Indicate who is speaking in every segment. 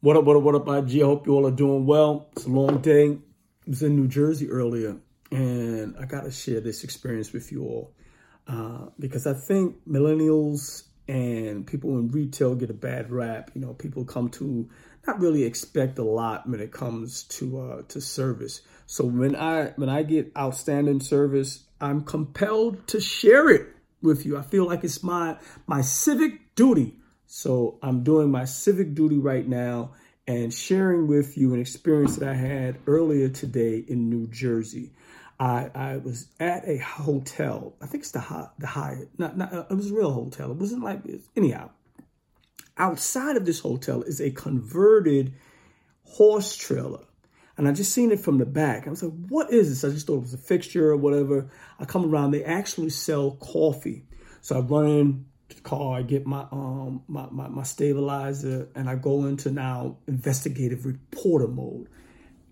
Speaker 1: What up, what up, what up, IG? I hope you all are doing well. It's a long day. I was in New Jersey earlier, and I got to share this experience with you all uh, because I think millennials and people in retail get a bad rap. You know, people come to not really expect a lot when it comes to uh, to service. So when I when I get outstanding service, I'm compelled to share it with you. I feel like it's my my civic duty. So I'm doing my civic duty right now and sharing with you an experience that I had earlier today in New Jersey. I, I was at a hotel. I think it's the Hy- the Hyatt. Not, not it was a real hotel. It wasn't like anyhow. Outside of this hotel is a converted horse trailer. And I just seen it from the back. I was like, what is this? I just thought it was a fixture or whatever. I come around, they actually sell coffee. So I run in to the car, I get my um my, my, my stabilizer, and I go into now investigative reporter mode.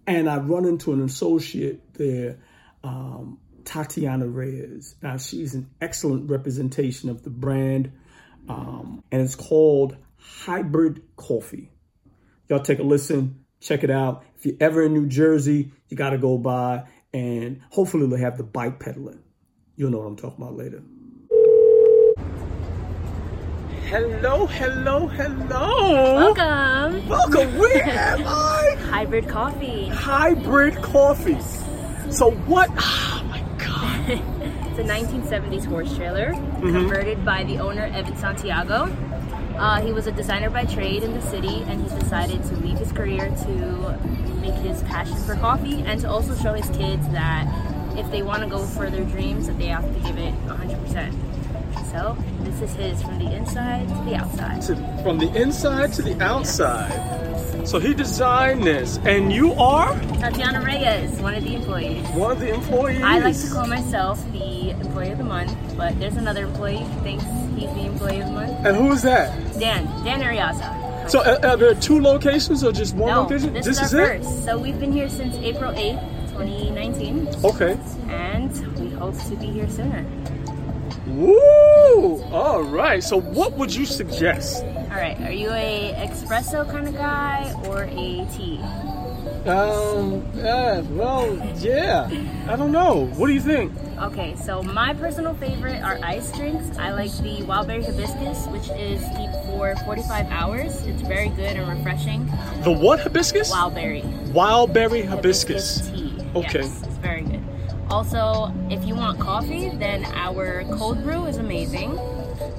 Speaker 1: And I run into an associate there, um, Tatiana Reyes. Now she's an excellent representation of the brand. Um, and it's called hybrid coffee y'all take a listen, check it out. If you're ever in New Jersey, you got to go by, and hopefully they'll have the bike pedaling. You'll know what I'm talking about later. Hello, hello, hello.
Speaker 2: Welcome.
Speaker 1: Welcome. Where am I?
Speaker 2: Hybrid coffee.
Speaker 1: Hybrid coffee. So what? Oh my god.
Speaker 2: It's a 1970s horse trailer converted by the owner Evan Santiago. Uh, he was a designer by trade in the city, and he decided to leave his career to make his passion for coffee and to also show his kids that if they want to go for their dreams, that they have to give it 100%. So this is his from the inside to the outside.
Speaker 1: To- From the inside to the outside. So he designed this, and you are
Speaker 2: Tatiana Reyes, one of the employees.
Speaker 1: one of the employees.
Speaker 2: I like to call myself the employee of the month, but there's another employee who thinks he's the employee of the month.
Speaker 1: And who is that?
Speaker 2: Dan, Dan Ariaza.
Speaker 1: So uh, are, are there two locations or just one
Speaker 2: no,
Speaker 1: location?
Speaker 2: this, is our first. So we've been here since April 8th, 2019,
Speaker 1: it? Okay.
Speaker 2: and we hope to be here sooner.
Speaker 1: Woo! All right. So what would you suggest?
Speaker 2: All right, are you a espresso kind of guy or a tea?
Speaker 1: Um, uh, well, yeah. I don't know. What do you think?
Speaker 2: Okay, so my personal favorite are ice drinks. I like the Wildberry Hibiscus, which is deep for 45 hours. It's very good and refreshing.
Speaker 1: The what hibiscus?
Speaker 2: Wildberry.
Speaker 1: Wildberry hibiscus.
Speaker 2: tea.
Speaker 1: Okay.
Speaker 2: Yes, it's very good. Also, if you want coffee, then our cold brew is amazing.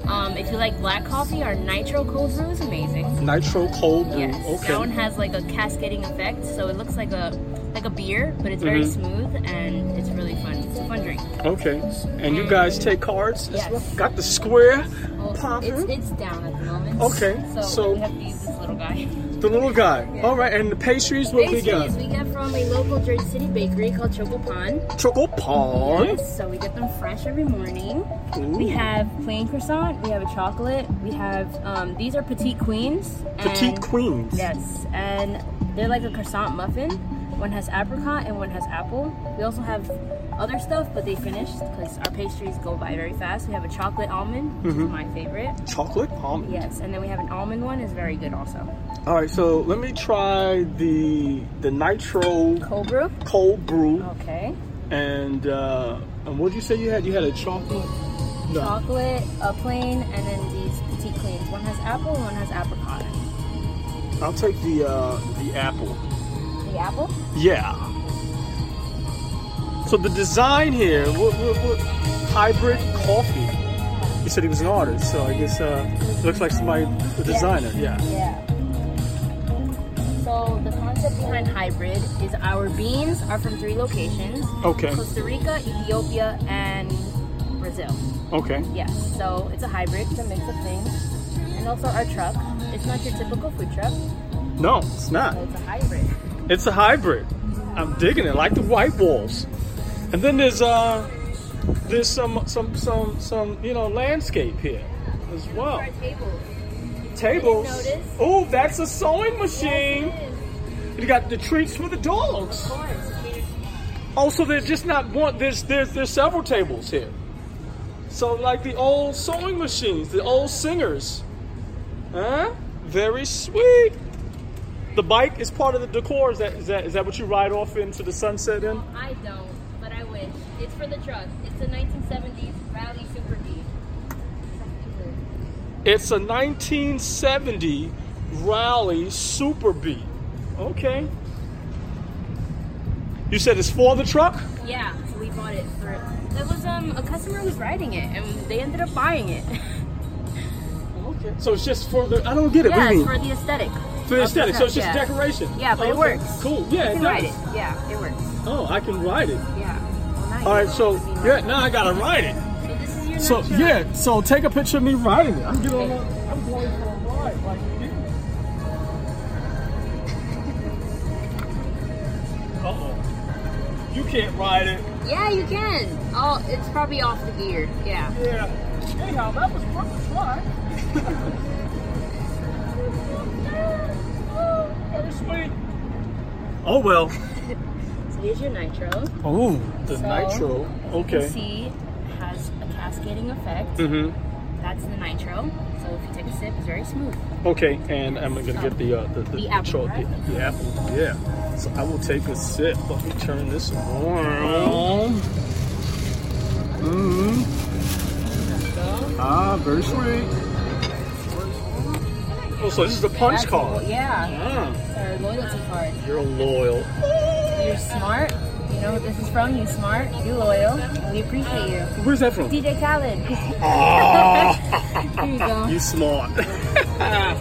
Speaker 2: Um, if you like black coffee, our nitro cold brew is amazing.
Speaker 1: Nitro cold brew.
Speaker 2: Yes, that one
Speaker 1: Oh, Okay.
Speaker 2: has like a cascading effect, so it looks like a like a beer, but it's very
Speaker 1: Mm-hmm.
Speaker 2: smooth and it's really fun. It's a fun drink.
Speaker 1: Okay. And you guys take cards? as
Speaker 2: Yes.
Speaker 1: well? Got the square
Speaker 2: Well, it's,
Speaker 1: popper.
Speaker 2: it's down at the moment.
Speaker 1: Okay,
Speaker 2: so,
Speaker 1: so-
Speaker 2: we have to use this little guy.
Speaker 1: The little guy.
Speaker 2: Yeah.
Speaker 1: All right. And the pastries, what we got?
Speaker 2: Pastries we get from a local Jersey City bakery called Choco Pond.
Speaker 1: Choco pond.
Speaker 2: Yes, so we get them fresh every morning.
Speaker 1: Ooh.
Speaker 2: We have plain croissant, we have a chocolate, we have um, these are petite queens.
Speaker 1: Petite
Speaker 2: and-
Speaker 1: queens.
Speaker 2: Yes, and they're like a croissant muffin. One has apricot and one has apple. We also have other stuff, but they finished because our pastries go by very fast. We have a chocolate almond, which
Speaker 1: Mm-hmm.
Speaker 2: is my favorite.
Speaker 1: Chocolate almond.
Speaker 2: Yes, and then we have an almond one, is very good also.
Speaker 1: All right, so let me try the the nitro
Speaker 2: Cold brew.
Speaker 1: cold brew
Speaker 2: Okay.
Speaker 1: and uh, and what did you say you had? You had a chocolate. No.
Speaker 2: Chocolate, a plain, and then these petite queens. One has apple, one has apricot.
Speaker 1: I'll take the uh, the apple.
Speaker 2: The apple?
Speaker 1: Yeah. So the design here, what, what, what hybrid coffee. You said he was an artist, so I guess uh, it looks like somebody, a designer. Yeah.
Speaker 2: Yeah. So the concept behind hybrid is our beans are from three locations:
Speaker 1: Okay.
Speaker 2: Costa Rica, Ethiopia, and Brazil.
Speaker 1: Okay.
Speaker 2: Yes. So it's a hybrid, it's a mix of things, and also our truck. It's not your typical food truck.
Speaker 1: No, it's not.
Speaker 2: So it's a hybrid.
Speaker 1: It's a hybrid. I'm digging it, like the white walls. And then there's uh there's some some some some you know landscape here as well.
Speaker 2: Our tables.
Speaker 1: Tables.
Speaker 2: notice.
Speaker 1: Oh, that's a sewing machine.
Speaker 2: Yes, it is.
Speaker 1: You got the treats for the
Speaker 2: Of
Speaker 1: dogs.
Speaker 2: course. Catered
Speaker 1: Also, there's just not one. There's there's there's several tables here. So like the old sewing machines, the old singers. Huh? Very sweet. The bike is part of the decor. Is that is that is that what you ride off into the sunset in?
Speaker 2: I don't, but I wish. It's for the truck. It's a 1970s Rally Super D.
Speaker 1: It's a 1970 Rally Super B. Okay. You said it's for the truck.
Speaker 2: Yeah, so we bought it for. That was um a customer was riding it, and they ended up buying it.
Speaker 1: Okay. So it's just for the. I don't get it.
Speaker 2: yeah,
Speaker 1: what do you
Speaker 2: it's
Speaker 1: mean?
Speaker 2: for the aesthetic.
Speaker 1: For the aesthetic. So it's just
Speaker 2: yeah.
Speaker 1: decoration. Oh,
Speaker 2: Yeah, but it
Speaker 1: Okay.
Speaker 2: works.
Speaker 1: Cool. Yeah,
Speaker 2: You
Speaker 1: it
Speaker 2: can ride it.
Speaker 1: does.
Speaker 2: Yeah, it works.
Speaker 1: Oh, I can ride it.
Speaker 2: Yeah. Well, now you
Speaker 1: All right.
Speaker 2: know.
Speaker 1: So
Speaker 2: I mean,
Speaker 1: yeah, now I gotta ride it.
Speaker 2: So this is your
Speaker 1: So
Speaker 2: next truck.
Speaker 1: yeah, so take a picture of me riding it. I'm getting on. a- I'm going for a ride. Like you did. Uh oh. You can't ride it.
Speaker 2: Yeah, you can. Oh, it's probably off the gear. Yeah.
Speaker 1: Yeah. Anyhow, that was worth a try. Very sweet. Oh well.
Speaker 2: So here's your nitro.
Speaker 1: Oh, the
Speaker 2: So-
Speaker 1: nitro.
Speaker 2: You
Speaker 1: Okay.
Speaker 2: see, it has a cascading effect.
Speaker 1: Mm-hmm.
Speaker 2: That's the nitro. So if you take a sip, it's very smooth.
Speaker 1: Okay, and I'm gonna get the uh, the, the,
Speaker 2: The apple,
Speaker 1: cho-
Speaker 2: right?
Speaker 1: the, the apple. Yeah. So I will take a sip. Let me turn this around. Mm-hmm. Ah, very sweet. Oh, so this is the punch
Speaker 2: That's
Speaker 1: card.
Speaker 2: cool. Yeah.
Speaker 1: Ah,
Speaker 2: It's our loyalty card.
Speaker 1: you're loyal.
Speaker 2: You're smart. You know what this is from. You smart. You loyal. and We appreciate you.
Speaker 1: Where's that from?
Speaker 2: DJ Khaled. Here you go.
Speaker 1: You smart.